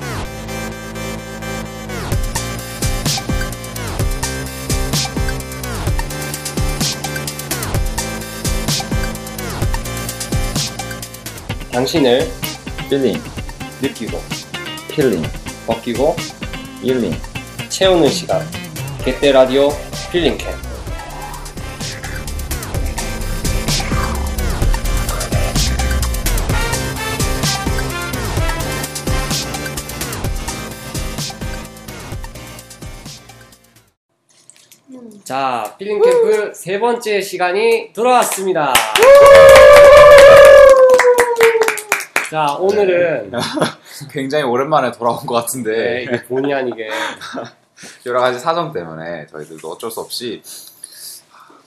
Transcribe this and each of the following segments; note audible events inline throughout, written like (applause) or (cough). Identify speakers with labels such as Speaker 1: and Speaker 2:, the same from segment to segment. Speaker 1: 네, 당신을
Speaker 2: 필링,
Speaker 1: 느끼고
Speaker 2: 필링,
Speaker 1: 벗기고
Speaker 2: 일링.
Speaker 1: 채우는 시간 개떼 라디오 필링캠 자 필링캠프 세 번째 시간이 돌아왔습니다. 자 오늘은
Speaker 3: 굉장히 오랜만에 돌아온 것
Speaker 1: 네,
Speaker 3: 같은데
Speaker 1: 이게 본의 아니게
Speaker 3: 여러 가지 사정 때문에 저희들도 어쩔 수 없이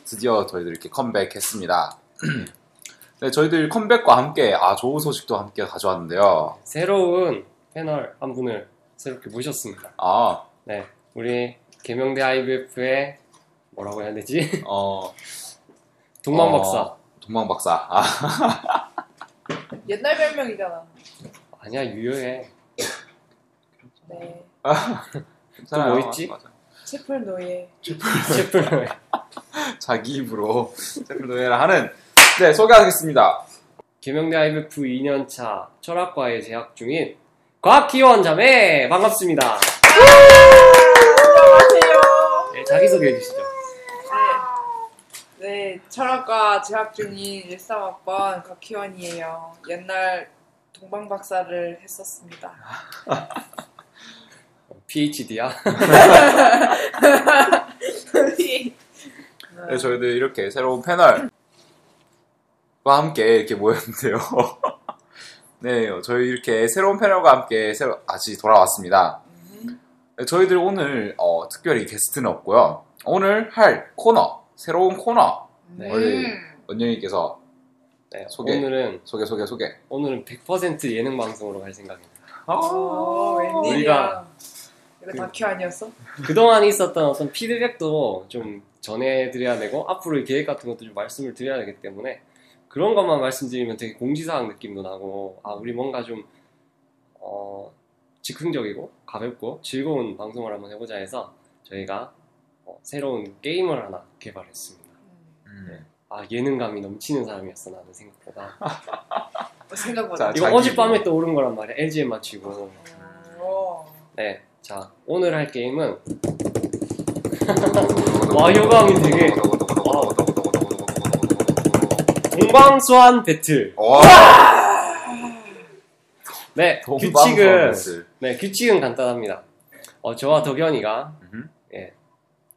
Speaker 3: 드디어 저희들 이렇게 컴백했습니다. (clears throat) 네, 저희들 컴백과 함께 아 좋은 소식도 함께 가져왔는데요.
Speaker 1: 새로운 패널 한 분을 새롭게 모셨습니다.
Speaker 3: 아,
Speaker 1: 네, 우리 개명대 IBF의 뭐라고 해야 되지? (laughs)
Speaker 3: 어,
Speaker 1: 동방
Speaker 3: 어,
Speaker 1: 박사.
Speaker 3: 동방 박사. 아,
Speaker 1: 뭐
Speaker 4: 옛날 별명이잖아.
Speaker 1: 아니야 유효해.
Speaker 4: 네.
Speaker 3: 괜찮아요.
Speaker 1: 뭐 있지?
Speaker 3: 맞아, 맞아.
Speaker 4: 채플 노예.
Speaker 1: 셰프를
Speaker 3: 자기 입으로 제플 노예를 하는. 네, 소개하겠습니다.
Speaker 1: 개명대 IBF 2년차 철학과에 재학 중인 곽희원 자매 반갑습니다.
Speaker 4: 안녕하세요.
Speaker 1: 네, 자기 소개해 주시죠.
Speaker 4: 네. 네, 철학과 재학 중인 13학번 곽희원이에요. 옛날 동방 박사를 했었습니다.
Speaker 1: PhD야.
Speaker 3: 네, 저희들 이렇게 새로운 패널과 함께 이렇게 모였는데요. (laughs) 네, 저희 이렇게 새로운 패널과 함께 새로, 다시 돌아왔습니다.
Speaker 4: 음.
Speaker 3: 네, 저희들 오늘 어, 특별히 게스트는 없고요. 오늘 할 코너, 새로운 코너
Speaker 1: 네.
Speaker 4: 음.
Speaker 3: 원영이께서
Speaker 1: 네,
Speaker 3: 소개.
Speaker 1: 오늘은
Speaker 3: 소개 소개 소개.
Speaker 1: 오늘은 100% 예능 방송으로 갈 생각입니다.
Speaker 4: 어, 웬일이야.
Speaker 1: 우리가
Speaker 4: 이거
Speaker 1: 그-
Speaker 4: 다큐 아니었어?
Speaker 1: 그동안 있었던 어떤 피드백도 좀 전해드려야 되고 앞으로의 계획 같은 것도 좀 말씀을 드려야 되기 때문에 그런 것만 말씀드리면 되게 공지사항 느낌도 나고 아 우리 뭔가 좀 어, 즉흥적이고 가볍고 즐거운 방송을 한번 해보자 해서 저희가 어, 새로운 게임을 하나 개발했습니다.
Speaker 4: 음.
Speaker 1: 아 예능감이 넘치는 사람이었어 나는 생각보다
Speaker 4: 뭐 생각보다.
Speaker 3: 아, 자,
Speaker 1: 이거
Speaker 3: 자기
Speaker 1: 어젯밤에
Speaker 3: 뭐.
Speaker 1: 또 오른 거란 말이야 LG에 맞추고
Speaker 4: 어.
Speaker 1: 네 자 오늘 할 게임은 (laughs) 와, 효과음이 되게- 공방수환 배틀
Speaker 3: 와,
Speaker 1: 네, 규칙은 네 규칙은 간단합니다. 어, 저와 덕현이가
Speaker 3: 음흠.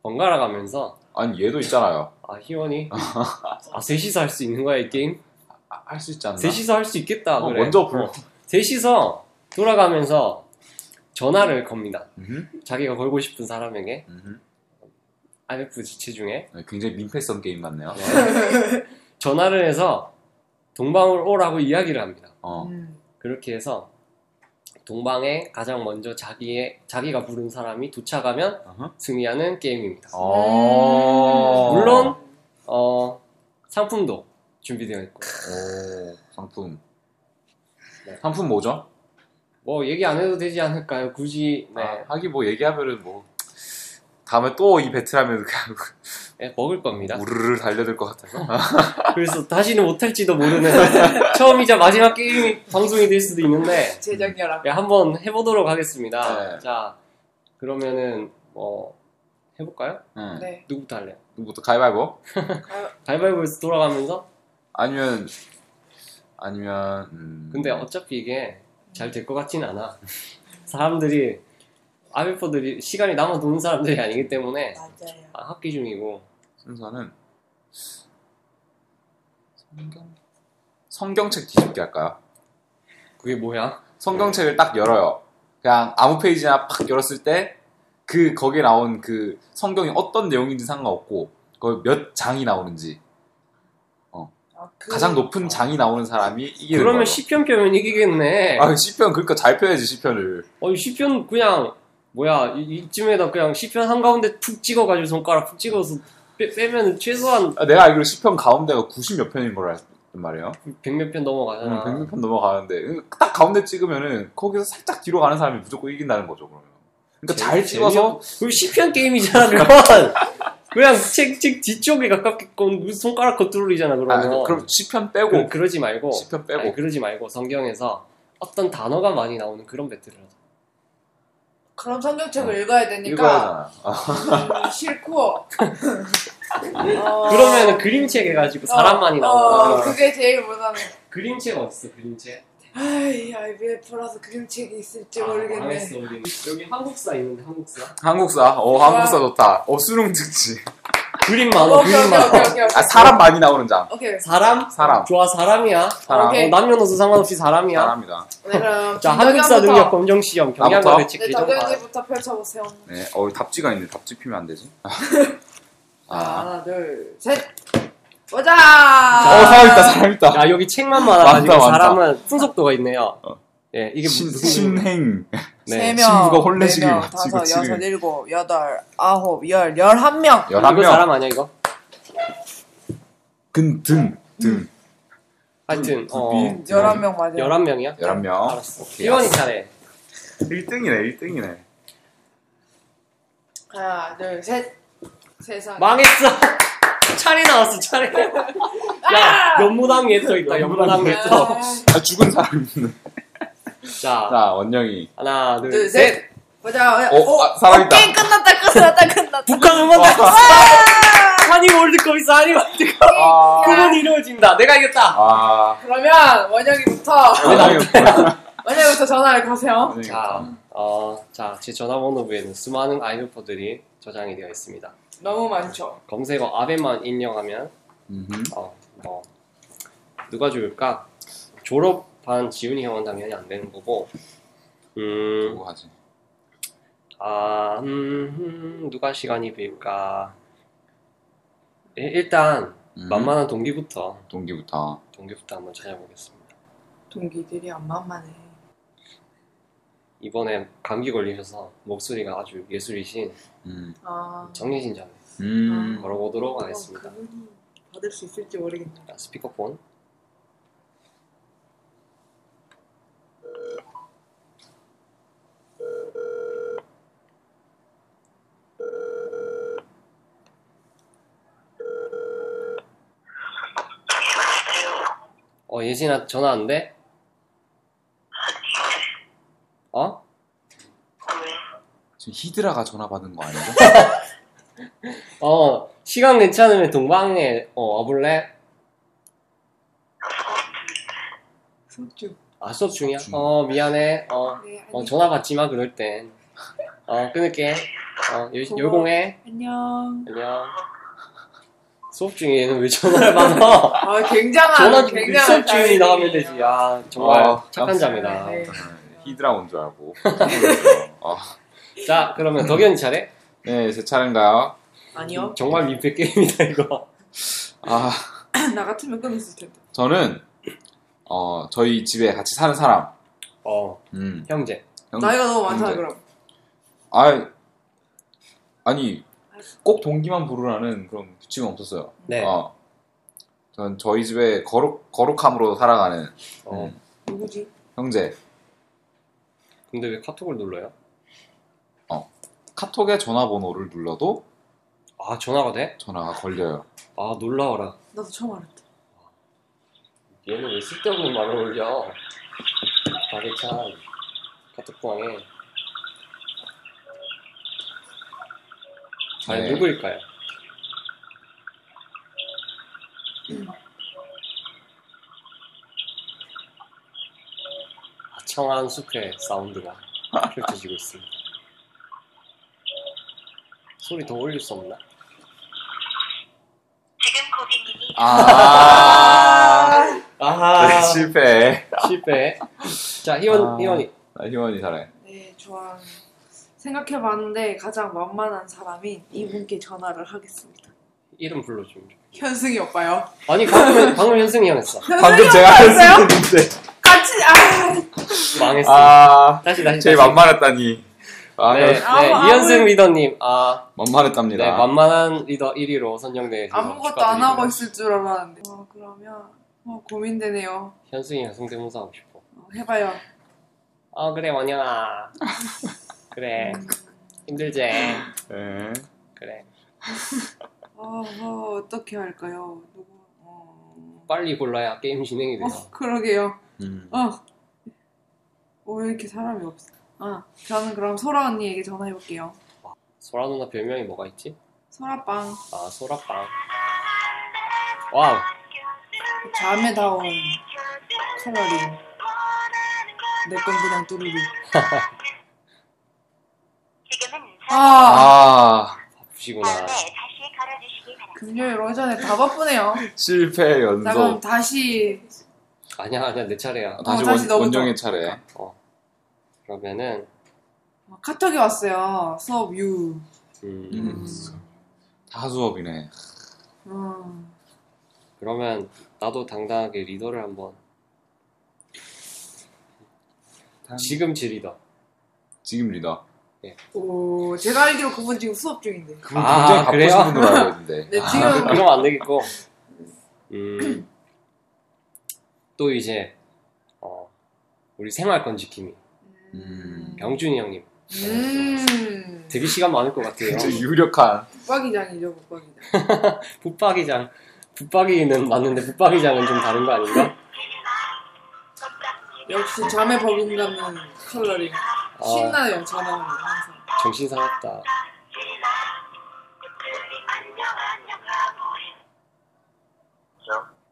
Speaker 1: 번갈아 가면서
Speaker 3: 아니 얘도 있잖아요.
Speaker 1: 아
Speaker 3: (laughs)
Speaker 1: 희원이 아 셋이서 할 수 있는 거야 이 게임?
Speaker 3: 아, 할 수 있지 않나?
Speaker 1: 셋이서 할 수 있겠다.
Speaker 3: 어,
Speaker 1: 그래.
Speaker 3: 먼저 불러.
Speaker 1: 어, 셋이서 돌아가면서 전화를 겁니다.
Speaker 3: 음흠,
Speaker 1: 자기가 걸고 싶은 사람에게
Speaker 3: 음흠.
Speaker 1: IMF 지체 중에
Speaker 3: 네, 굉장히 민폐성 게임 같네요.
Speaker 1: 전화를 해서 동방을 오라고 이야기를 합니다.
Speaker 3: 어.
Speaker 4: 음.
Speaker 1: 그렇게 해서 동방에 가장 먼저 자기의 자기가 부른 사람이 도착하면
Speaker 3: 어허.
Speaker 1: 승리하는 게임입니다.
Speaker 3: 어.
Speaker 1: 물론 어, 상품도 준비되어 있고
Speaker 3: 오, 상품.
Speaker 1: 네.
Speaker 3: 상품 뭐죠?
Speaker 1: 뭐 얘기 안 해도 되지 않을까요? 굳이 네,
Speaker 3: 아, 하긴 뭐 얘기하면은 뭐 다음에 또 이 배틀하면 그냥
Speaker 1: 네, 먹을 겁니다.
Speaker 3: 우르르 달려들 것 같아서.
Speaker 1: 그래서 다시는 못할지도 모르는 (laughs) 처음이자 마지막 게임 방송이 될 수도 있는데
Speaker 4: 재정렬함.
Speaker 1: 네, 한번 해보도록 하겠습니다.
Speaker 3: 네.
Speaker 1: 자 그러면은 뭐 해볼까요?
Speaker 3: 응.
Speaker 4: 네.
Speaker 1: 누구부터 할래요?
Speaker 3: 누구부터 음. 가위바위보?
Speaker 1: 가위바위보에서 돌아가면서
Speaker 3: 아니면 아니면 음,
Speaker 1: 근데 어차피 이게 잘 될 것 같진 않아. 사람들이 아베포들이 시간이 남아 도는 사람들이 아니기 때문에
Speaker 4: 맞아요.
Speaker 1: 아, 학기 중이고
Speaker 3: 순서는 성경 성경책 뒤집기 할까요?
Speaker 1: 그게 뭐야?
Speaker 3: 성경책을 딱 열어요. 그냥 아무 페이지나 팍 열었을 때 그 거기에 나온 그 성경이 어떤 내용인지 상관없고 그몇 장이 나오는지
Speaker 4: 아, 그-
Speaker 3: 가장 높은 장이 나오는 사람이 이기는
Speaker 1: 그러면
Speaker 3: 거예요.
Speaker 1: 10편 펴면 이기겠네.
Speaker 3: 아, 10편 그러니까 잘 펴야지 10편을.
Speaker 1: 어, 10편 그냥 뭐야 이- 이쯤에다 그냥 10편 한가운데 푹 찍어가지고 손가락 푹 찍어서 빼, 빼면 최소한
Speaker 3: 아, 내가 알기로 10편 가운데가 90몇 편인 걸 알단 말이에요.
Speaker 1: 100몇 편 넘어가잖아.
Speaker 3: 음, 100편 넘어가는데 그 딱 가운데 찍으면은 거기서 살짝 뒤로 가는 사람이 무조건 이긴다는 거죠 그러면. 그러니까 잘 찍어서
Speaker 1: 그럼 10편 게임이잖아 그건. 그냥 책, 책 뒤쪽에 가깝게 건 무슨 손가락 겉두르기잖아
Speaker 3: 아,
Speaker 1: 그러면.
Speaker 3: 그럼 10편 빼고
Speaker 1: 어. 그, 그러지 말고
Speaker 3: 10편 빼고
Speaker 1: 아니, 그러니까 그러지 말고 성경에서 어떤 단어가 많이 나오는 그런 배틀을 하자.
Speaker 4: 그럼 성경책을 읽어야 되니까
Speaker 3: 읽어야 되잖아. 아,
Speaker 4: 음, 싫고 어,
Speaker 1: 그러면은 그림책 해가지고 사람 많이 나오는
Speaker 4: 어,
Speaker 1: 거.
Speaker 4: 그게 제일 무난해
Speaker 1: 그림책 어딨어 그림책?
Speaker 4: 아이 IBF라서 그림책이 있을지
Speaker 1: 아,
Speaker 4: 모르겠네
Speaker 1: 망했어, 우리. 여기 한국사 있는데 한국사.
Speaker 3: 한국사 어 한국사 좋다. 어 수능 특지.
Speaker 1: 그림
Speaker 4: 어,
Speaker 1: 많아
Speaker 4: 오케이 오케이
Speaker 1: 그림 많아.
Speaker 4: 오케이 오케이
Speaker 3: 아 사람 많이 나오는 장.
Speaker 4: 오케이
Speaker 1: 사람?
Speaker 3: 사람.
Speaker 1: 좋아 사람이야.
Speaker 3: 사람.
Speaker 4: 오케이.
Speaker 1: 어, 남녀노소 상관없이 사람이야.
Speaker 3: 사람이다.
Speaker 4: 네, 그럼
Speaker 1: 자 한국사
Speaker 4: 김덕현부터.
Speaker 1: 능력 검정 시험 경양과
Speaker 3: 나부터?
Speaker 1: 대책
Speaker 4: 네,
Speaker 1: 개정과
Speaker 4: 정경이부터 펼쳐보세요.
Speaker 3: 네. 어 답지가 있는데 답지 피면 안 되지.
Speaker 1: (laughs)
Speaker 3: 아.
Speaker 4: 하나, 둘, 셋. 보자.
Speaker 1: 아.
Speaker 3: 어 사람 있다 사람 있다.
Speaker 1: 야 여기 책만 많아가지고
Speaker 3: 많다, 많다.
Speaker 1: 사람은 풍속도가 있네요.
Speaker 3: 어.
Speaker 1: 예 이게
Speaker 3: 신,
Speaker 1: 무슨
Speaker 3: 신행.
Speaker 4: 세
Speaker 1: 네.
Speaker 4: 명,
Speaker 3: 친구가 혼내시길
Speaker 4: 네 명,
Speaker 3: 마치고
Speaker 4: 다섯,
Speaker 3: 지금.
Speaker 4: 여섯, 일곱, 여덟, 아홉, 열, 열한 명.
Speaker 1: 이거
Speaker 3: 11명.
Speaker 1: 사람 아니야 이거?
Speaker 3: 근, 등, 등.
Speaker 1: 하여튼 음. 어
Speaker 3: 비.
Speaker 4: 열한 명 맞아요.
Speaker 1: 11명이야?
Speaker 3: 네, 11명.
Speaker 1: 알았어.
Speaker 3: 오케이,
Speaker 1: 이원이 차례.
Speaker 3: 1등이네, 1등이네.
Speaker 4: 하나, 둘, 셋. 세상.
Speaker 1: 망했어. (laughs) 차례 나왔어 차례. 야 연무당 예터 있다 연무당 예터.
Speaker 4: 음.
Speaker 3: 아, 죽은 사람 있네.
Speaker 1: 자
Speaker 3: 자, 원영이.
Speaker 1: 하나
Speaker 4: 둘,
Speaker 1: 둘셋
Speaker 4: 셋. 보자.
Speaker 3: 어, 아, 사람 있다.
Speaker 4: 게임 끝났다, 끝났다,
Speaker 1: (laughs)
Speaker 4: 끝났다.
Speaker 1: 북한 응원 단어 한이 월드컵이서 한이 월드컵
Speaker 3: 아,
Speaker 1: 그건 이루어진다 내가 이겼다
Speaker 3: 아,
Speaker 4: 그러면 원영이부터
Speaker 3: 원영이 없구나.
Speaker 4: 원영이부터 전화를 거세요.
Speaker 3: 원영이
Speaker 1: 자,
Speaker 3: 없다.
Speaker 1: 어, 자, 제 전화번호부에는 수많은 아이디어들이 저장이 되어 있습니다
Speaker 4: 너무 많죠.
Speaker 1: 검색어 아베만 입력하면
Speaker 3: 음흠.
Speaker 1: 어, 뭐 누가 좋을까 졸업한 지훈이 형은 당연히 안 되는 거고 음,
Speaker 3: 누구 하지?
Speaker 1: 아, 음, 음, 누가 시간이 빌까 예, 일단
Speaker 3: 음,
Speaker 1: 만만한 동기부터
Speaker 3: 동기부터.
Speaker 1: 동기부터 한번 찾아보겠습니다
Speaker 4: 동기들이 안 만만해.
Speaker 1: 이번에 감기 걸리셔서 목소리가 아주 예술이신
Speaker 3: 음,
Speaker 4: 아.
Speaker 1: 정리신 자매
Speaker 3: 음.
Speaker 1: 아. 걸어보도록
Speaker 4: 어,
Speaker 1: 하겠습니다.
Speaker 4: 그분이 받을 수 있을지 모르겠네.
Speaker 1: 자, 아, 스피커폰. 어, 예진아 전화 안 돼? 어?
Speaker 3: 지금 히드라가 전화 받은 거 아니죠?
Speaker 1: 어, 시간 괜찮으면 동방에 어, 와볼래?
Speaker 4: 숙주.
Speaker 1: 아, 수업 중이야?
Speaker 3: 중.
Speaker 1: 어, 미안해. 어,
Speaker 4: 네, 안녕.
Speaker 1: 어, 전화 받지 마, 그럴 땐. 어, 끊을게. 어, 열- 열공해.
Speaker 4: 안녕.
Speaker 1: 안녕. 수업 중에 얘는 왜 전화를 받아?
Speaker 4: 아,
Speaker 1: (laughs)
Speaker 4: 굉장한,
Speaker 1: 전화, 그
Speaker 4: 굉장한.
Speaker 1: 수업 중에
Speaker 4: 자유이네요.
Speaker 1: 나오면 되지. 아, 정말
Speaker 3: 아,
Speaker 1: 착한 자매다.
Speaker 4: 네.
Speaker 3: 저는 히드라 온 줄 알고. 깜짝 놀랐어요. 어.
Speaker 1: 자, 그러면 덕현 차례?
Speaker 3: 네, 제 차례인가요?
Speaker 4: 아니요.
Speaker 1: 정말 민폐 게임이다, 이거.
Speaker 3: 아,
Speaker 1: 음.
Speaker 4: (clears throat) 나 같으면 끊었을 텐데.
Speaker 3: 저는, 어, 저희 집에 같이 사는 사람.
Speaker 1: 어,
Speaker 3: 음.
Speaker 1: 형제.
Speaker 3: 형-
Speaker 4: 나이가 너무 많잖아,
Speaker 1: 음.
Speaker 3: 형제.
Speaker 4: 그럼.
Speaker 3: 아 아니 꼭 동기만 부르라는 그런 규칙은 없었어요.
Speaker 1: 네. 어.
Speaker 3: 어, 전 저희 집에 거룩 거룩함으로 살아가는 음.
Speaker 4: 누구지?
Speaker 3: 형제.
Speaker 1: 어. 근데 왜 카톡을 눌러요?
Speaker 3: 카톡에 전화번호를 눌러도
Speaker 1: 아, 전화가 돼?
Speaker 3: 전화가 걸려요.
Speaker 1: 아, 놀라워라.
Speaker 4: 나도 처음 알았다.
Speaker 1: 얘는 왜 쓸데없는 말을 올려? 바게찬 카톡방에. 과연
Speaker 3: 네.
Speaker 1: 누구일까요? 아청한 숲의 사운드가 펼쳐지고 있습니다. 소리 더 올릴 수 없나?
Speaker 3: 아, 네,
Speaker 1: 아하
Speaker 3: 실패.
Speaker 1: 실패. 자 희원
Speaker 3: 아.
Speaker 1: 희원이
Speaker 3: 나 희원이 잘해.
Speaker 4: 네, 좋아. 생각해봤는데 가장 만만한 사람인 이분께 전화를 하겠습니다.
Speaker 1: 이름 불러주면 좋겠다.
Speaker 4: 현승이 오빠요.
Speaker 1: 아니 방금 방금 현승이 형 했어.
Speaker 3: 방금 제가
Speaker 4: 오빠였어요?
Speaker 3: 할 수 있는데.
Speaker 4: 같이 아
Speaker 1: 망했어.
Speaker 3: 아,
Speaker 1: 다시 다시.
Speaker 3: 제일
Speaker 1: 다시.
Speaker 3: 만만했다니. 아,
Speaker 1: 네, 네,
Speaker 4: 아무- 아무-
Speaker 1: 이현승 리더님, 아,
Speaker 3: 만만했답니다.
Speaker 1: 네, 만만한 리더 1위로 선정돼서
Speaker 4: 아무것도 안
Speaker 1: 어, 축하드리고요.
Speaker 4: 하고 있을 줄 알았는데. 어, 그러면 어, 고민되네요.
Speaker 1: 현승이랑 성대모사 하고 싶어.
Speaker 4: 어, 해봐요.
Speaker 1: 아 그래 원영아. 그래 힘들지.
Speaker 3: 네.
Speaker 1: 그래
Speaker 4: 어, 어, 어떻게 할까요? 누구? 어,
Speaker 1: 빨리 골라야 게임 진행이 돼요.
Speaker 4: 어, 그러게요.
Speaker 3: 음.
Speaker 4: 어. 어, 왜 이렇게 사람이 없어? 아, 저는 그럼 소라 언니에게 전화해볼게요.
Speaker 1: 소라 누나 별명이 뭐가 있지?
Speaker 4: 소라빵.
Speaker 1: 아 소라빵. 와우.
Speaker 4: 잠에 다온 컬러링. 내 건 그냥 (laughs) 뚜루루. 아,
Speaker 3: 아,
Speaker 1: 바쁘시구나.
Speaker 4: 금요일 오전에 다 바쁘네요.
Speaker 3: 실패
Speaker 4: 자, 그럼
Speaker 3: 연속.
Speaker 4: 다시.
Speaker 1: 아니야 아니야 내 차례야.
Speaker 3: 다시,
Speaker 4: 어, 다시
Speaker 3: 원,
Speaker 4: 넘어가.
Speaker 3: 원정의 차례.
Speaker 1: 어. 그러면은
Speaker 4: 어, 카톡이 왔어요. 수업 유.
Speaker 1: 음,
Speaker 3: 음. 다 수업이네.
Speaker 4: 음.
Speaker 1: 그러면 나도 당당하게 리더를 한번. 지금 제 리더.
Speaker 3: 지금 리더.
Speaker 4: 오, 제가 알기로 그분 지금 수업 중인데.
Speaker 3: 그분
Speaker 1: 아,
Speaker 3: 굉장히
Speaker 1: 그래요?
Speaker 3: 바쁘신 분으로 알고
Speaker 1: (laughs)
Speaker 3: 있는데.
Speaker 4: 네,
Speaker 1: 아,
Speaker 4: 지금
Speaker 1: 그럼 안 되겠고. 음, (clears throat) 또 이제 어, 우리 생활 건지킴이
Speaker 3: 음.
Speaker 1: 병준이 형님
Speaker 4: 음.
Speaker 1: 되게 시간 많을 것 같아요.
Speaker 3: 굉장히 유력한.
Speaker 4: 붙박이장이죠, 붙박이장.
Speaker 1: 붙박이장 붙박이는 맞는데 붙박이장은 좀 다른 거 아닌가?
Speaker 4: 역시 잠에 버금가는 컬러링.
Speaker 1: 아,
Speaker 4: 신나요, 전화는 항상.
Speaker 1: 정신 사납다.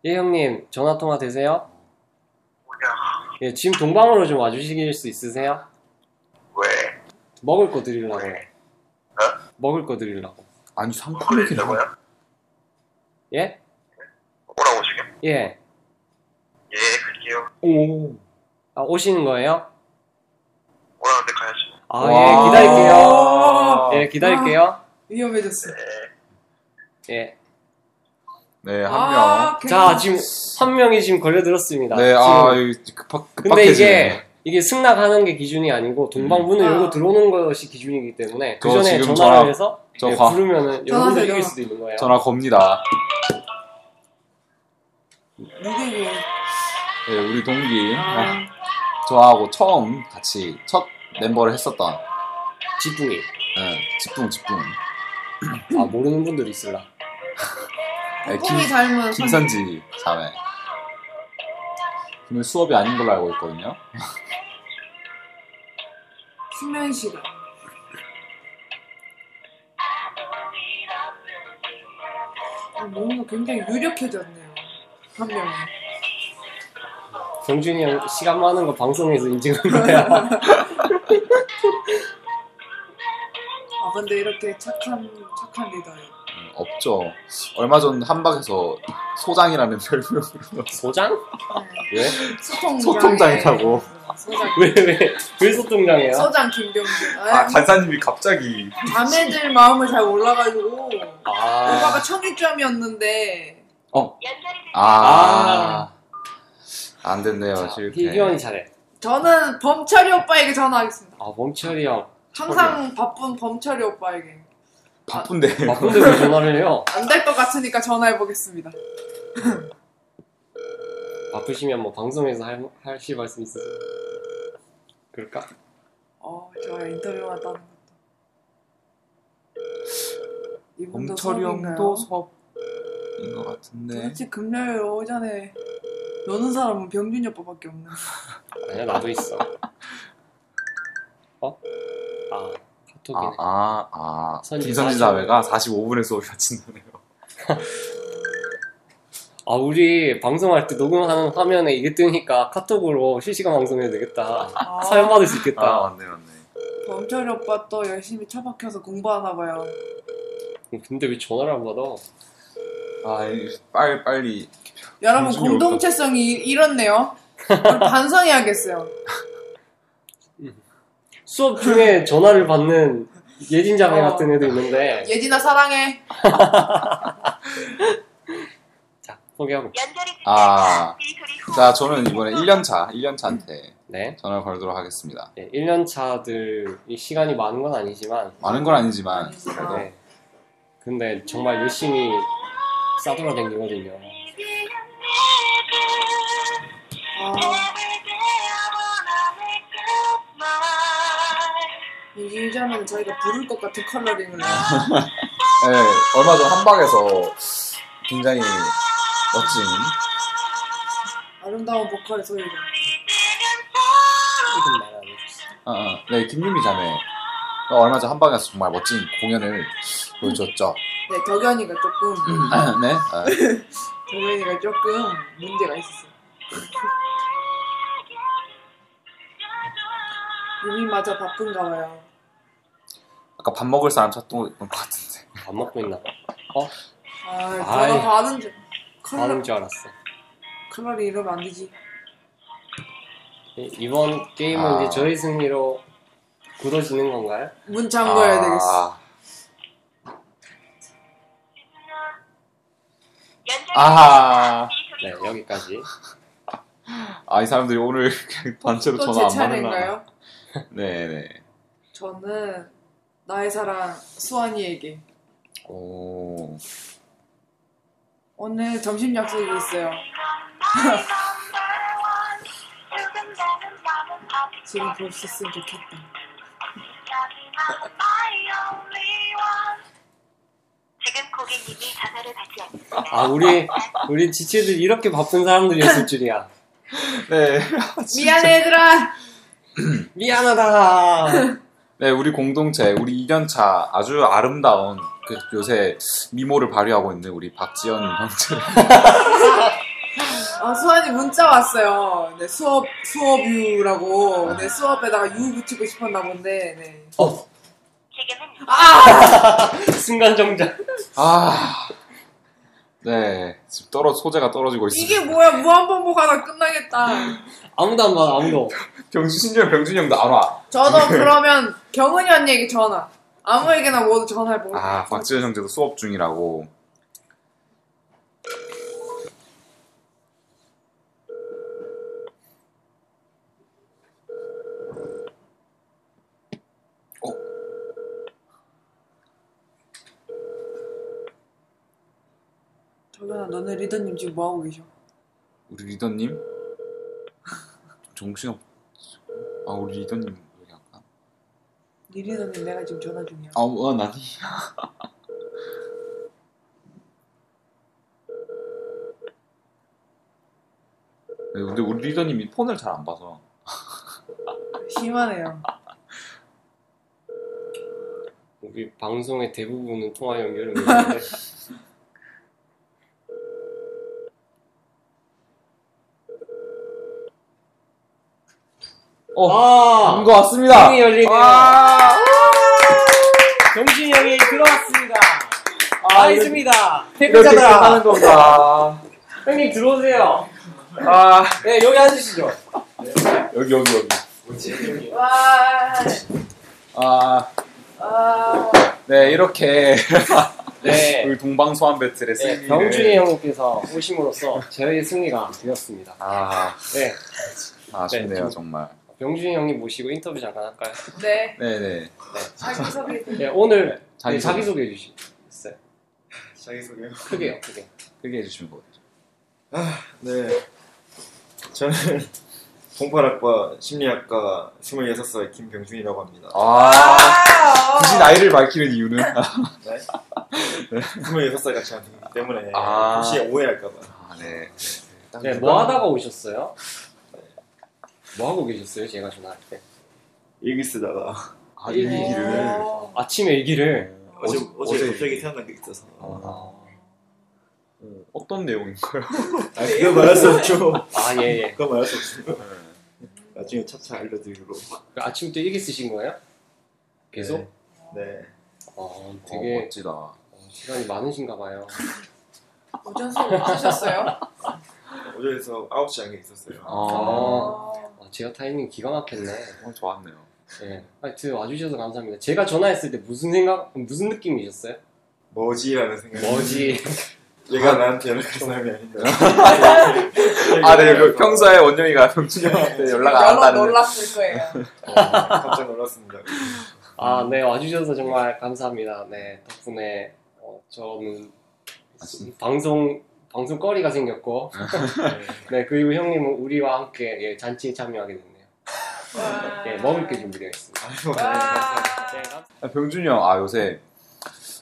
Speaker 1: 예 형님 전화 통화 되세요? 예 지금 동방으로 좀 와주실 수 있으세요?
Speaker 5: 왜?
Speaker 1: 먹을 거 드리려고. 먹을 거 드리려고.
Speaker 3: 아니, 상품이
Speaker 5: 있다고요?
Speaker 1: 예?
Speaker 5: 뭐라고 지금?
Speaker 1: 예.
Speaker 5: 예, 갈게요.
Speaker 1: 오. 아, 오시는 거예요?
Speaker 5: 오라는데 가야지.
Speaker 1: 아, 예, 기다릴게요. 예, 기다릴게요.
Speaker 4: 위험해졌어.
Speaker 1: 예.
Speaker 3: 네, 한
Speaker 4: 아, 괜히-
Speaker 1: 자, 지금 한 명이 지금 걸려들었습니다.
Speaker 3: 명. 네,
Speaker 1: 지금.
Speaker 3: 아, 여기 급박,
Speaker 1: 근데
Speaker 3: 급박해지네.
Speaker 1: 이게, 이게 승낙하는 게 기준이 아니고, 동방문을
Speaker 4: 음.
Speaker 1: 열고
Speaker 4: 아.
Speaker 1: 들어오는 것이 기준이기 때문에, 그
Speaker 3: 저
Speaker 1: 전에
Speaker 3: 지금
Speaker 1: 전화를
Speaker 3: 전화-
Speaker 1: 해서,
Speaker 3: 저
Speaker 1: 예,
Speaker 3: 과-
Speaker 1: 부르면은
Speaker 4: 전화
Speaker 1: 연락을
Speaker 4: 드려요.
Speaker 1: 드릴 수도 있는 거예요.
Speaker 3: 전화 겁니다.
Speaker 4: 누구고?
Speaker 3: 네, 우리 동기. 어,
Speaker 4: 아,
Speaker 3: 저하고 처음 같이 첫 멤버를 했었던.
Speaker 1: 지붕이.
Speaker 3: 네, 집중, 집중.
Speaker 1: 아, 모르는 분들이 있을라. 아,
Speaker 3: 네, 김-
Speaker 4: 꿈이 닮은
Speaker 3: 김선지 자매. 오늘 수업이 아닌 걸로 알고 있거든요.
Speaker 4: 수면 시간. 아, 뭔가 굉장히 유력해졌네요. 아, 한 명이.
Speaker 1: 경준이 형 시간 많은 거 방송에서 인증한
Speaker 4: (laughs)
Speaker 1: 거야.
Speaker 4: 아, 근데 이렇게 착한, 착한 리더예요.
Speaker 3: 음, 없죠. 얼마 전 한박에서 소장이라는 (laughs) 별명으로
Speaker 1: 소장? 왜?
Speaker 4: 네. 예? 소통
Speaker 3: 소통장이라고.
Speaker 4: 소장.
Speaker 1: 왜, 왜, 왜 소통장이야?
Speaker 4: 소장 김병준. 아,
Speaker 3: 아, 간사님이 갑자기
Speaker 4: 자매들 마음을 잘 몰라가지고 오빠가
Speaker 1: 아,
Speaker 4: 청일점이었는데
Speaker 3: 아, 안 됐네요. 실패.
Speaker 1: 희규원이 잘해.
Speaker 4: 저는 범철이 오빠에게 전화하겠습니다.
Speaker 1: 아, 멈철이 형.
Speaker 4: 항상 바쁜 범철이 오빠에게
Speaker 3: 바쁜데. (laughs)
Speaker 1: 바쁜데 왜 전화를 해요?
Speaker 4: 안 될 것 같으니까 전화해 보겠습니다.
Speaker 1: 바쁘시면 뭐 방송에서 할, 하실 말씀 있으세요? 그럴까?
Speaker 4: 어, 저의 인터뷰만 따는 것도. 이분도
Speaker 3: 범철이
Speaker 4: 수업인가요?
Speaker 3: 형도 네. 수업인 것 같은데.
Speaker 4: 도대체 금요일 오전에 노는 사람은 병준이 오빠밖에 없는.
Speaker 1: 아니야, 나도 있어. 어? 아,
Speaker 3: 아,
Speaker 1: 카톡이네.
Speaker 3: 아, 아.
Speaker 1: 선지,
Speaker 3: 김선지 자매가 45분의 수업이 마친다네요.
Speaker 1: 아, 우리 방송할 때 녹음하는 화면에 이게 뜨니까 카톡으로 실시간 방송해도 되겠다.
Speaker 4: 아,
Speaker 1: 사용받을 수 있겠다.
Speaker 3: 아, 맞네, 맞네.
Speaker 4: 범철이 오빠 또 열심히 처박혀서 공부하나 봐요.
Speaker 1: 근데 왜 전화를 안 받아?
Speaker 3: 아, 이- 빨리, 빨리.
Speaker 4: 여러분
Speaker 3: 정신이
Speaker 4: 공동체성이 이- 이렇네요. 이걸 반성해야겠어요.
Speaker 1: 수업 중에 전화를 받는 예진자매 같은 애도 있는데
Speaker 4: 예진아 사랑해.
Speaker 1: 자, 포기하고.
Speaker 6: 연결이
Speaker 3: 아.
Speaker 6: 아. 소리 후.
Speaker 3: 자, 저는 이번에 1년차, 1년차한테
Speaker 1: 네.
Speaker 3: 전화 걸도록 하겠습니다.
Speaker 1: 네 1년 차들이 시간이 많은 건 아니지만,
Speaker 3: 많은 건 아니지만,
Speaker 4: 아.
Speaker 1: 네. 근데 정말 열심히 싸돌아다니거든요.
Speaker 4: 아, 이 자는 저희가 부를 것 같은 컬러링을
Speaker 3: 네, 얼마 전 한방에서 굉장히 멋진,
Speaker 4: 아름다운 보컬의 소리를
Speaker 1: 이건 말안 해줬어.
Speaker 3: 어, 어, 네, 김유미 자매. 얼마 전 한방에서 정말 멋진 공연을 보여줬죠. (clears throat)
Speaker 4: 네 덕현이가 조금
Speaker 3: 네. 아,
Speaker 4: 덕현이가 조금 문제가 있었어요 유미마저 바쁜가 봐요
Speaker 3: 아까 밥 먹을 사람 찾던 것 같은데.
Speaker 1: 밥 먹고 있나 봐.
Speaker 4: 아
Speaker 1: 아이.
Speaker 4: 전화 반응 좀
Speaker 1: 다른
Speaker 4: 컬러,
Speaker 1: 줄 알았어.
Speaker 4: 컬러링 이러면 안 되지
Speaker 1: 이- 이번 게임은
Speaker 3: 아.
Speaker 1: 이제 저희 승리로 굳어지는 건가요?
Speaker 4: 문
Speaker 3: 아.
Speaker 4: 잠궈야 되겠어
Speaker 3: 아하.
Speaker 1: 네, 여기까지.
Speaker 3: 아, 이 사람들이 오늘 (laughs) 그냥 단체로
Speaker 4: 또
Speaker 3: 전화
Speaker 4: 제
Speaker 3: 안 받는다.
Speaker 4: 차례인가요?
Speaker 3: 네네.
Speaker 4: 저는 나의 사랑 수환이에게
Speaker 3: 오.
Speaker 4: 오늘 점심 약속이 있어요 지금 볼 수 있으면 좋겠다
Speaker 6: (laughs) 지금 고객님이 전화를 받지 않습니다.
Speaker 1: (laughs) 아, 우리, 우리 지체들 이렇게 바쁜 사람들이었을 줄이야.
Speaker 3: 네. (laughs)
Speaker 4: 미안해 얘들아
Speaker 1: 미안하다!
Speaker 3: 네, 우리 공동체, 우리 2년차 아주 아름다운 그 요새 미모를 발휘하고 있는 우리 박지연 형제.
Speaker 4: 아, 수환이 문자 왔어요. 네, 수업, 수업유라고. 네, 수업에다가 유 붙이고 싶었나 본데, 네.
Speaker 1: 어, 아!
Speaker 6: 지금은
Speaker 1: (laughs) 순간 정작.
Speaker 3: 아. 네. 지금 떨어, 소재가 떨어지고 있습니다.
Speaker 4: 이게 뭐야, 무한반복하다 끝나겠다.
Speaker 1: 아무도 안 봐, 아무도.
Speaker 3: 병준이 형, 병준이 형도 안 와. (laughs)
Speaker 4: 저도 그러면 경은이 언니에게 전화. 아무에게나 모두 전화해보고.
Speaker 3: 아, 박지현 형제도 수업 중이라고. 어?
Speaker 4: 경은아, 너네 리더님 지금 뭐하고 계셔?
Speaker 3: 우리 리더님? 정신없... 아, 우리 리더님 여기 아까...
Speaker 4: 네 리더님 내가 지금 전화 중이야.
Speaker 3: 아, 와, 나니? 네, 근데 우리 리더님이 폰을 잘 안 봐서 어.
Speaker 4: 심하네요.
Speaker 1: 우리 방송의 대부분은 통화 연결을 (laughs) 못하는데.
Speaker 3: 어!
Speaker 1: 아!
Speaker 3: 온거 왔습니다!
Speaker 1: 정신이 열리네요.
Speaker 3: 와!
Speaker 1: 정신이 형이 들어왔습니다.
Speaker 3: 아,
Speaker 1: 아,
Speaker 3: 이렇게-
Speaker 1: 있습니다.
Speaker 3: 이렇게
Speaker 1: 태극자들아.
Speaker 3: 끝나는 건가.
Speaker 1: 형님 들어오세요.
Speaker 3: 아,
Speaker 1: 네, 여기 앉으시죠.
Speaker 3: 여기, 여기, 여기.
Speaker 4: 와,
Speaker 3: 아,
Speaker 4: 와.
Speaker 3: 네, (laughs) 이렇게
Speaker 1: 네.
Speaker 3: 우리 동방소환
Speaker 1: 네,
Speaker 3: 배틀의 승리를.
Speaker 1: 병준이 형님께서 오심으로써 저의 승리가 되었습니다.
Speaker 3: 아,
Speaker 1: 네,
Speaker 3: 아쉽네요,
Speaker 1: 네,
Speaker 3: 정말.
Speaker 1: 병준이 형님 모시고 인터뷰 잠깐 할까요?
Speaker 4: 네.
Speaker 3: 네네.
Speaker 4: 자기소개.
Speaker 1: 네, 오늘
Speaker 3: 자기소개.
Speaker 1: 네, 자기소개해 주시겠어요?
Speaker 7: 자기소개요?
Speaker 1: 크게요, 크게.
Speaker 3: 크게 해주시면 거죠.
Speaker 7: 네. 저는 동팔학과 심리학과 26살 김병준이라고 합니다.
Speaker 3: 아, 굳이 나이를 밝히는 이유는?
Speaker 7: 네? 26살 같이 하기 때문에
Speaker 3: 아.
Speaker 7: 혹시 오해할까봐.
Speaker 3: 아, 네.
Speaker 1: 네, 뭐 하다가 오셨어요? 네. 뭐 하고 계셨어요? 제가 전화할 때.
Speaker 7: 일기 쓰다가
Speaker 3: 아, 이 얘기를.
Speaker 4: 어.
Speaker 1: 아침에 일기를.
Speaker 7: 어, 어제,
Speaker 3: 네. 어제-
Speaker 7: 어제, 아,
Speaker 3: 어제 아,
Speaker 7: 갑자기 태어난 게 있어서.
Speaker 3: 어, 어떤 내용인가요?
Speaker 7: 아, 그거 말할 수 없죠. (laughs)
Speaker 1: 아, 예, 예.
Speaker 7: 그거 말할 수
Speaker 3: 네.
Speaker 7: 없어요. 나중에 차차 알려드리고.
Speaker 1: 그 아침부터 일기 쓰신 거예요? 계속?
Speaker 7: 네.
Speaker 1: 어,
Speaker 3: (laughs) 되게
Speaker 1: 되게
Speaker 3: 멋지다.
Speaker 7: 뭐.
Speaker 1: 어, 시간이 많으신가 봐요.
Speaker 4: 오전 수업 없으셨어요?
Speaker 7: 어제에서 9시 안에 있었어요.
Speaker 3: 아,
Speaker 1: 어, 제가 타이밍 기가 막혔네.
Speaker 3: 어, 좋았네요.
Speaker 1: 예. 하여튼 와주셔서 감사합니다. 제가 전화했을 때 무슨 생각, 무슨 느낌이셨어요?
Speaker 7: 뭐지라는 아. 생각.
Speaker 1: 뭐지?
Speaker 7: 얘가 나한테 연락할 사람이 아닌데.
Speaker 3: 아, 네, 그 평소에 원영이가 (laughs) 병준이 형한테 연락 안
Speaker 4: 여러
Speaker 3: 한다는. (laughs)
Speaker 4: 놀랐을 거예요.
Speaker 7: 어, 깜짝 놀랐습니다.
Speaker 1: 아,
Speaker 3: 음.
Speaker 1: 네, 와주셔서 정말 감사합니다. 네, 덕분에 어, 저는 방송 방송거리가
Speaker 3: (laughs)
Speaker 1: 생겼고, 네, 그리고 형님은 우리와 함께 예, 잔치에 참여하게 됐네요.
Speaker 4: 와.
Speaker 1: 예, 먹을 게 준비되어 있습니다.
Speaker 7: 아이고,
Speaker 4: 와.
Speaker 1: 네, 감사합니다.
Speaker 3: 아, 병준이 형, 아, 요새,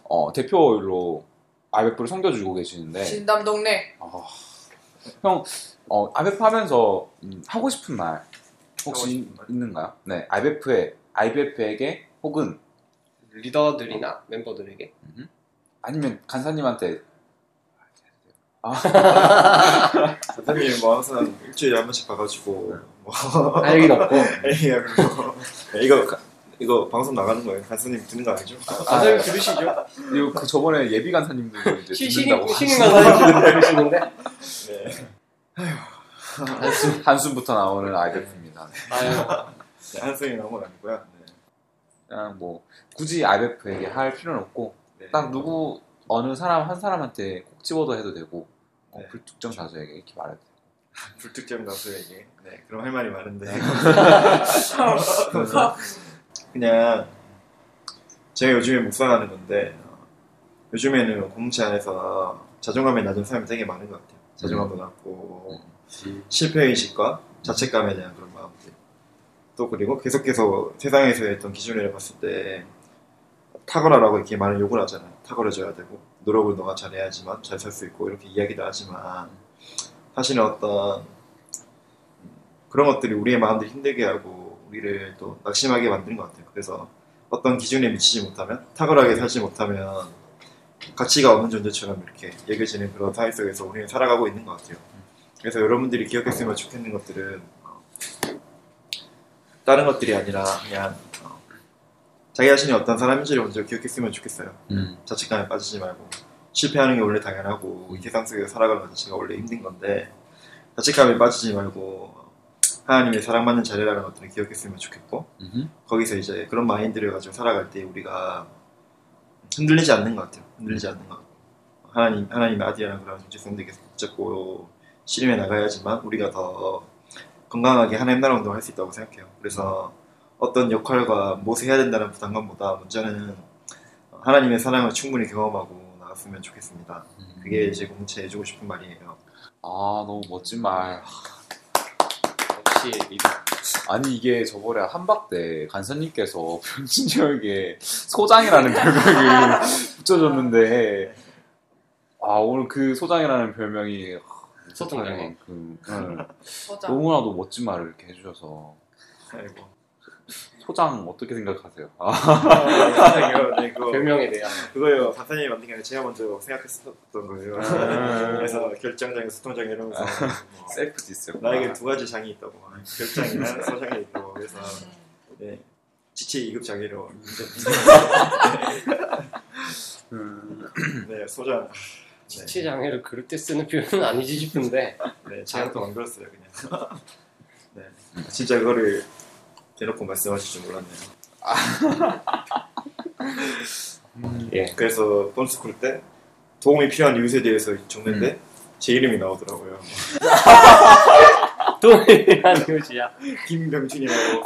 Speaker 3: 어, 대표로 아베프를 섬겨주고
Speaker 1: 네.
Speaker 3: 계시는데,
Speaker 4: 진담 동네.
Speaker 3: 어, 형, 어, 아베프 하면서 음, 하고 싶은 말
Speaker 7: 하고
Speaker 3: 혹시
Speaker 7: 싶은 말?
Speaker 3: 있는가요? 네, 아베프에, 아베프에게 혹은
Speaker 1: 리더들이나 멤버들에게
Speaker 3: 아니면 간사님한테
Speaker 7: 선생님 뭐 항상 일주일에 한 번씩 봐가지고 뭐
Speaker 3: 아,
Speaker 1: 할 일 없고
Speaker 7: 에이야 그거 네, 이거 가- 이거 방송 나가는 거예요. 간사님 듣는 거 아니죠?
Speaker 1: 가사를 들으시죠?
Speaker 3: 그리고 그 저번에 예비 간사님들도 이제
Speaker 1: 시신이
Speaker 3: 듣는다고
Speaker 1: 시신 가사를 들으시는데
Speaker 7: 네.
Speaker 3: (laughs) 한숨, 한숨부터 나오는 아이베프입니다.
Speaker 1: 아유,
Speaker 7: 네, 한승이 나온 건 아니고요. 네.
Speaker 3: 그냥 뭐 굳이 아이베프에게 할 필요는 없고
Speaker 7: 네.
Speaker 3: 딱 누구 어느 사람 한 사람한테 꼭 집어도 해도 되고 어,
Speaker 7: 네.
Speaker 3: 불특정 다수에게 이렇게 말해도 되고
Speaker 7: (laughs) 불특정 다수에게 네 그럼 할 말이 많은데 그냥 제가 요즘에 묵상하는 건데 어, 요즘에는 공치 안에서 자존감이 낮은 사람이 되게 많은 것 같아요 자존감도 낮고 실패의식과 자책감에 대한 그런 마음들 또 그리고 계속해서 세상에서 했던 기준을 봤을 때 탁월하라고 이렇게 많은 요구를 하잖아요 탁월해져야 되고 노력을 너가 잘해야지만 잘 살 수 있고 이렇게 이야기도 하지만 사실은 어떤 그런 것들이 우리의 마음들 힘들게 하고 우리를 또 낙심하게 만드는 것 같아요. 그래서 어떤 기준에 미치지 못하면 탁월하게 살지 못하면 가치가 없는 존재처럼 이렇게 여겨지는 그런 사회 속에서 우리는 살아가고 있는 것 같아요. 그래서 여러분들이 기억했으면 좋겠는 것들은 어, 다른 것들이 아니라 그냥 어, 자기 자신이 어떤 사람인지를 먼저 기억했으면 좋겠어요.
Speaker 3: 음,
Speaker 7: 자책감에 빠지지 말고 실패하는 게 원래 당연하고 이 세상 속에서 살아가는 것 자체가 원래 힘든 건데 자책감에 빠지지 말고 하나님의 사랑받는 자리라는 것들을 기억했으면 좋겠고
Speaker 3: 음흠.
Speaker 7: 거기서 이제 그런 마인드를 가지고 살아갈 때 우리가 흔들리지 않는 것 같아요. 흔들리지 않는 것 같고 하나님 하나님의 아들이라는 그런 정체성들 계속 붙잡고 실험해 나가야지만 우리가 더 건강하게 하나님 나라 운동을 할 수 있다고 생각해요. 그래서 어떤 역할과 무엇을 해야 된다는 부담감보다 문제는 하나님의 사랑을 충분히 경험하고 나갔으면 좋겠습니다.
Speaker 3: 음.
Speaker 7: 그게 이제 공채 해주고 싶은 말이에요.
Speaker 3: 아 너무 멋진 말
Speaker 1: 역시 리더.
Speaker 3: 아니 이게 저번에 한박 때 간사님께서 (laughs) 변진혁에게 소장이라는 (laughs) 별명을 붙여줬는데 아 오늘 그 소장이라는 별명이 아,
Speaker 1: 소통장애.
Speaker 3: 그, 응.
Speaker 4: 보자.
Speaker 3: 너무나도 멋진 말을 이렇게 해주셔서
Speaker 7: 아이고.
Speaker 3: 소장 어떻게 생각하세요? 아, (laughs)
Speaker 7: 이거, 네, 그거,
Speaker 1: 별명에 대한
Speaker 7: 그거요. 간사님이 만든 게 아니라 제가 먼저 생각했었던 거예요. (laughs) 그래서 결정장애, 소통장애 이러면서 뭐
Speaker 3: 셀프 디스
Speaker 7: 나에게 두 가지 장이 있다고. (laughs) 결장이나 소장이 있다고. 그래서
Speaker 4: 음.
Speaker 7: 네. 지체 2급 장애로 (laughs) 네, 소장.
Speaker 1: 지체 장애를 그럴때 쓰는 표현은 아니지 싶은데
Speaker 7: 네, 제가 또 만들었어요 그냥. (laughs) 네, 진짜 그거를 대놓고 말씀하실 줄 몰랐네요. 음.
Speaker 1: 예.
Speaker 7: 그래서 본스쿨 때 도움이 필요한 이웃에 대해서 적는데 제 이름이 나오더라고요.
Speaker 1: 동일한 (laughs) 이웃이야.
Speaker 7: 김병준이라고.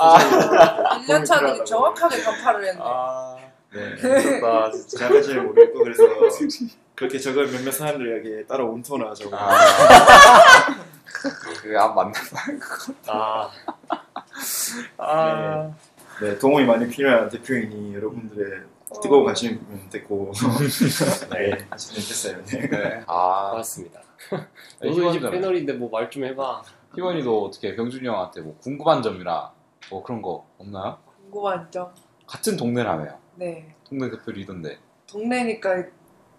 Speaker 4: 년 차는 정확하게 간파를 했네.
Speaker 1: 아.
Speaker 7: 네, 나 진짜 잘할지는 모르겠고 (laughs) 그래서 그렇게 적은 몇몇 사람들에게 따라 온토나 저거.
Speaker 3: 아.
Speaker 7: (laughs)
Speaker 3: 그안 맞는 말인 것
Speaker 1: 아,
Speaker 3: 네. 같아.
Speaker 7: 네, 도움이 많이 필요한 대표인이 여러분들의
Speaker 1: 어.
Speaker 7: 뜨거운 관심 듣고 (laughs) 네, 하시면 됐어요. 네.
Speaker 3: 네. 아 네,
Speaker 1: 고맙습니다. 너도 이제
Speaker 3: 희원이도
Speaker 1: 패널인데 뭐 말 좀 해봐.
Speaker 3: 희원이도 어떻게 병준이 형한테 뭐 궁금한 점이나 뭐 그런 거 없나요?
Speaker 4: 궁금한 점.
Speaker 3: 같은 동네라며요.
Speaker 4: 네.
Speaker 3: 동네 대표 리던데.
Speaker 4: 동네니까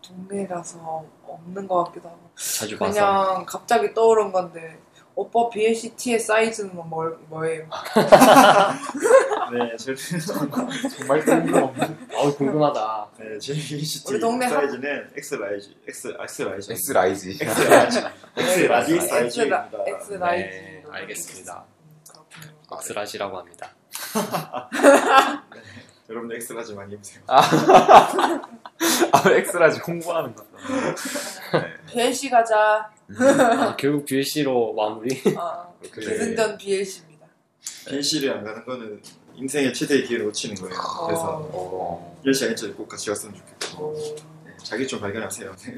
Speaker 4: 동네라서 없는 것 같기도 하고.
Speaker 1: 자주
Speaker 7: 그렇죠.
Speaker 1: 봐서.
Speaker 4: 그냥 갑자기 떠오른 건데 오빠 BLCT의 사이즈는 뭘, 뭐예요?
Speaker 1: 아,
Speaker 7: 네, 저
Speaker 3: 정말 궁금한
Speaker 1: 아우 궁금하다.
Speaker 7: 네, 제 BCT
Speaker 4: 우리 동네 한-
Speaker 7: 사이즈는 X 라이즈, X 아, X 라이즈,
Speaker 3: X 라이즈. (laughs)
Speaker 7: X 라이즈, X 라지
Speaker 1: X
Speaker 7: 사이즈입니다.
Speaker 4: X
Speaker 1: 그 네,
Speaker 4: 라이즈.
Speaker 1: 알겠습니다. 아, 네.
Speaker 4: 그렇군요.
Speaker 1: 박스라시라고 (laughs) 합니다.
Speaker 7: 여러분들 X 라지 많이 입으세요.
Speaker 3: 아, X 라이즈 홍보하는 거.
Speaker 4: 네. BLC 가자.
Speaker 1: 아, 결국 BLC로 마무리. (laughs)
Speaker 4: 어,
Speaker 1: 네.
Speaker 3: 그래.
Speaker 4: 기승전 BLC입니다.
Speaker 7: BLC를 안 가는 거는 인생의 최대의 기회를 놓치는 거예요.
Speaker 1: 아,
Speaker 4: 아.
Speaker 7: 그래서
Speaker 3: 어,
Speaker 7: BLC 아닌 척꼭 같이 갔으면
Speaker 4: 어,
Speaker 7: 좋겠고 네, 자기 좀 발견하세요. 네.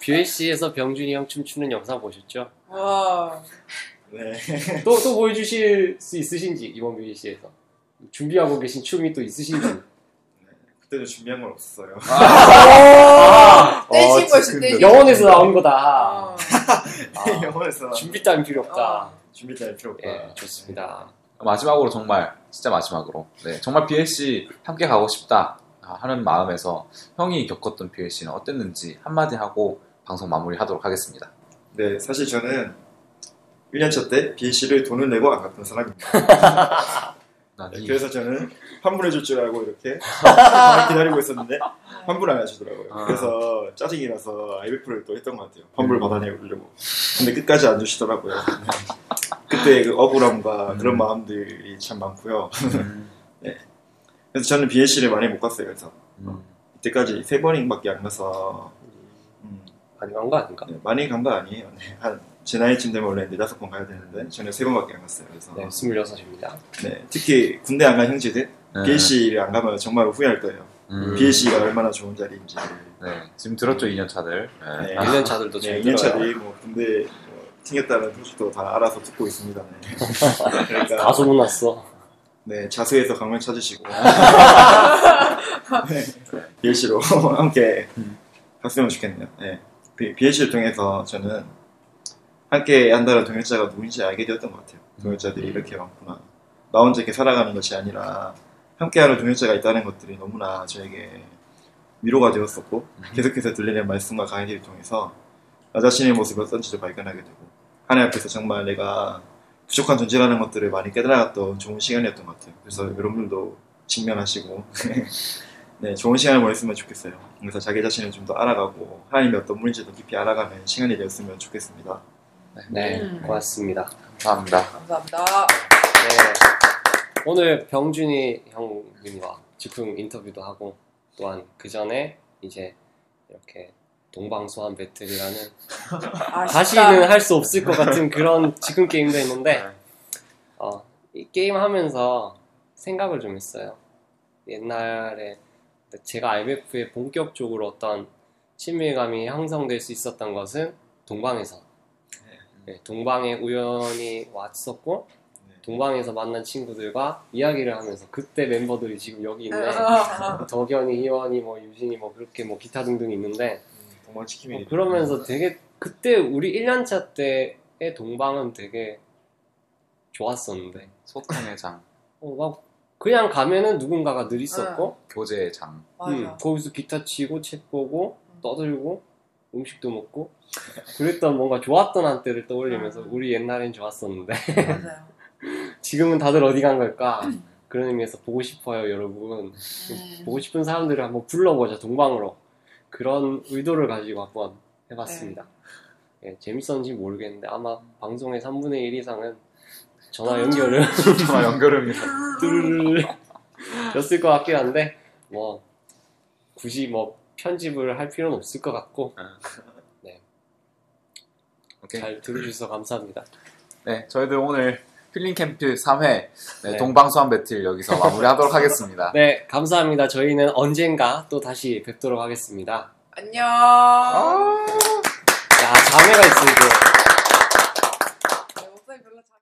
Speaker 1: BLC에서 병준이 형 춤추는 영상 보셨죠?
Speaker 4: 어. 와,
Speaker 7: 네.
Speaker 1: 또, 또 보여주실 수 있으신지, 이번 BLC에서. 준비하고 계신 춤이 또 있으신지.
Speaker 7: 그때는 준비한 건 없었어요.
Speaker 1: 아,
Speaker 4: 떼신
Speaker 3: 어,
Speaker 4: 것이
Speaker 7: 네.
Speaker 3: 지금
Speaker 4: 떼신
Speaker 1: 영원에서 나온
Speaker 4: 어,
Speaker 1: 거다.
Speaker 7: (laughs) 아. 영어에서
Speaker 1: 아, 준비 따윈 필요 없다.
Speaker 7: 준비 잘 필요 없다.
Speaker 1: 예, 좋습니다.
Speaker 3: 마지막으로 정말 진짜 마지막으로 네, 정말 BLC 함께 가고 싶다 아, 하는 마음에서 형이 겪었던 BLC는 어땠는지 한마디 하고 방송 마무리하도록 하겠습니다.
Speaker 7: 네, 사실 저는 1년차 때 BLC를 돈을 내고 안 갔던 사람입니다.
Speaker 3: 난
Speaker 7: 네,
Speaker 1: 예.
Speaker 3: 이-
Speaker 7: 그래서 저는 환불해 줄 줄 알고
Speaker 1: (laughs)
Speaker 7: 이렇게 정말 기다리고 있었는데 환불 안 해주더라고요.
Speaker 3: 아.
Speaker 7: 그래서 짜증이 나서 IBF를 또 했던 것 같아요.
Speaker 1: 음.
Speaker 7: 환불 받아내려고. 근데 끝까지 안 주시더라고요. 그때 그 억울함과
Speaker 1: 음.
Speaker 7: 그런 마음들이 참 많고요.
Speaker 3: 음,
Speaker 7: 그래서 저는 BLC를 많이 못 갔어요. 그래서
Speaker 3: 음.
Speaker 7: 이때까지 세 번인밖에 안 가서 음,
Speaker 1: 많이 간거 아닌가?
Speaker 7: 네, 많이 간 거 아니에요. 네, 한제 나이쯤 되면 원래 네다섯 번 가야 되는데 저는 세 번밖에 안 갔어요. 그래서
Speaker 1: 네, 26입니다.
Speaker 7: 네, 특히 군대 안 간 형제들
Speaker 3: 네,
Speaker 7: BLC를 안 가면 정말 후회할 거예요.
Speaker 3: 음,
Speaker 7: BLC가 얼마나 좋은 자리인지.
Speaker 3: 네, 지금 들었죠 2년 차들. 네.
Speaker 7: 네.
Speaker 3: 아,
Speaker 1: 1년 차들도
Speaker 7: 네,
Speaker 1: 잘
Speaker 7: 2년
Speaker 1: 들어요.
Speaker 7: 차들이 뭐 군대 뭐 튕겼다는 소식도 다 알아서 듣고
Speaker 1: (laughs)
Speaker 7: 있습니다. 네.
Speaker 1: 다
Speaker 7: 그러니까
Speaker 1: 소문났어.
Speaker 7: 네, 자수해서 강면 찾으시고 네, BLC로 (laughs) 함께
Speaker 3: 음.
Speaker 7: 갔으면 좋겠네요. 네, BLC를 통해서 저는 함께 한다는 동역자가 누군지 알게 되었던 것 같아요. 동역자들이 이렇게 많구나. 나 혼자 이렇게 살아가는 것이 아니라 함께하는 동역자가 있다는 것들이 너무나 저에게 위로가 되었었고 계속해서 들리는 말씀과 강의를 통해서 나 자신의 모습이 어떤지도 발견하게 되고 하나님 앞에서 정말 내가 부족한 존재라는 것들을 많이 깨달았던 좋은 시간이었던 것 같아요. 그래서 여러분들도 직면하시고 (laughs) 네 좋은 시간을 보냈으면 좋겠어요. 그래서 자기 자신을 좀 더 알아가고 하나님이 어떤 분인지도 깊이 알아가는 시간이 되었으면 좋겠습니다.
Speaker 1: 네,
Speaker 4: 음.
Speaker 1: 고맙습니다.
Speaker 3: 감사합니다.
Speaker 4: 감사합니다.
Speaker 1: 네. 오늘 병준이 형님과 즉흥 인터뷰도 하고 또한 그 전에 이제 이렇게 동방소환 배틀이라는 다시는
Speaker 4: 아쉽다. 네.
Speaker 1: 할 수 없을 것 같은 그런 즉흥 게임도 있는데 어, 이 게임 하면서 생각을 좀 했어요. 옛날에 제가 IMF에 본격적으로 어떤 친밀감이 형성될 수 있었던 것은 동방에서 네, 동방에 우연히 왔었고
Speaker 4: 네.
Speaker 1: 동방에서 만난 친구들과 이야기를 하면서 그때 멤버들이 지금 여기 있네
Speaker 4: 어, 아.
Speaker 1: 덕현이, 희원이, 뭐 유진이 뭐 그렇게 뭐 기타 등등 있는데
Speaker 7: 동방
Speaker 1: 어,
Speaker 7: 치킨이
Speaker 1: 그러면서 되게 그때 우리 1년차 때의 동방은 되게 좋았었는데
Speaker 3: 소통의 장,
Speaker 1: 어, 막 그냥 가면은 누군가가 늘 있었고
Speaker 3: 교제의 장.
Speaker 1: 음,
Speaker 4: 맞아.
Speaker 1: 거기서 기타 치고 책 보고 떠들고 음식도 먹고 그랬던 뭔가 좋았던 한때를 떠올리면서
Speaker 4: 음.
Speaker 1: 우리 옛날엔 좋았었는데 (laughs)
Speaker 4: 맞아요.
Speaker 1: 지금은 다들 어디 간 걸까 그런 의미에서 보고 싶어요 여러분
Speaker 4: 음.
Speaker 1: 보고 싶은 사람들을 한번 불러보자 동방으로 그런 의도를 가지고 한번 해봤습니다. 예, 재밌었는지 모르겠는데 아마 방송의 3분의 1 이상은 전화 연결을
Speaker 3: (laughs)
Speaker 1: (laughs)
Speaker 3: 정말 연결음이라.
Speaker 1: 뚜루루루였을 것 같긴 한데 뭐 굳이 뭐 편집을 할 필요는 없을 것 같고
Speaker 3: 오케이.
Speaker 1: 잘 들어주셔서 감사합니다.
Speaker 3: 네, 저희들 오늘 힐링 캠프 3회
Speaker 1: 네.
Speaker 3: 동방수환 배틀 여기서 마무리하도록 하겠습니다.
Speaker 1: 네 감사합니다. 저희는 언젠가 또 다시 뵙도록 하겠습니다. 아.
Speaker 4: 안녕.
Speaker 1: 자, 자매가 있으니까.
Speaker 4: 네,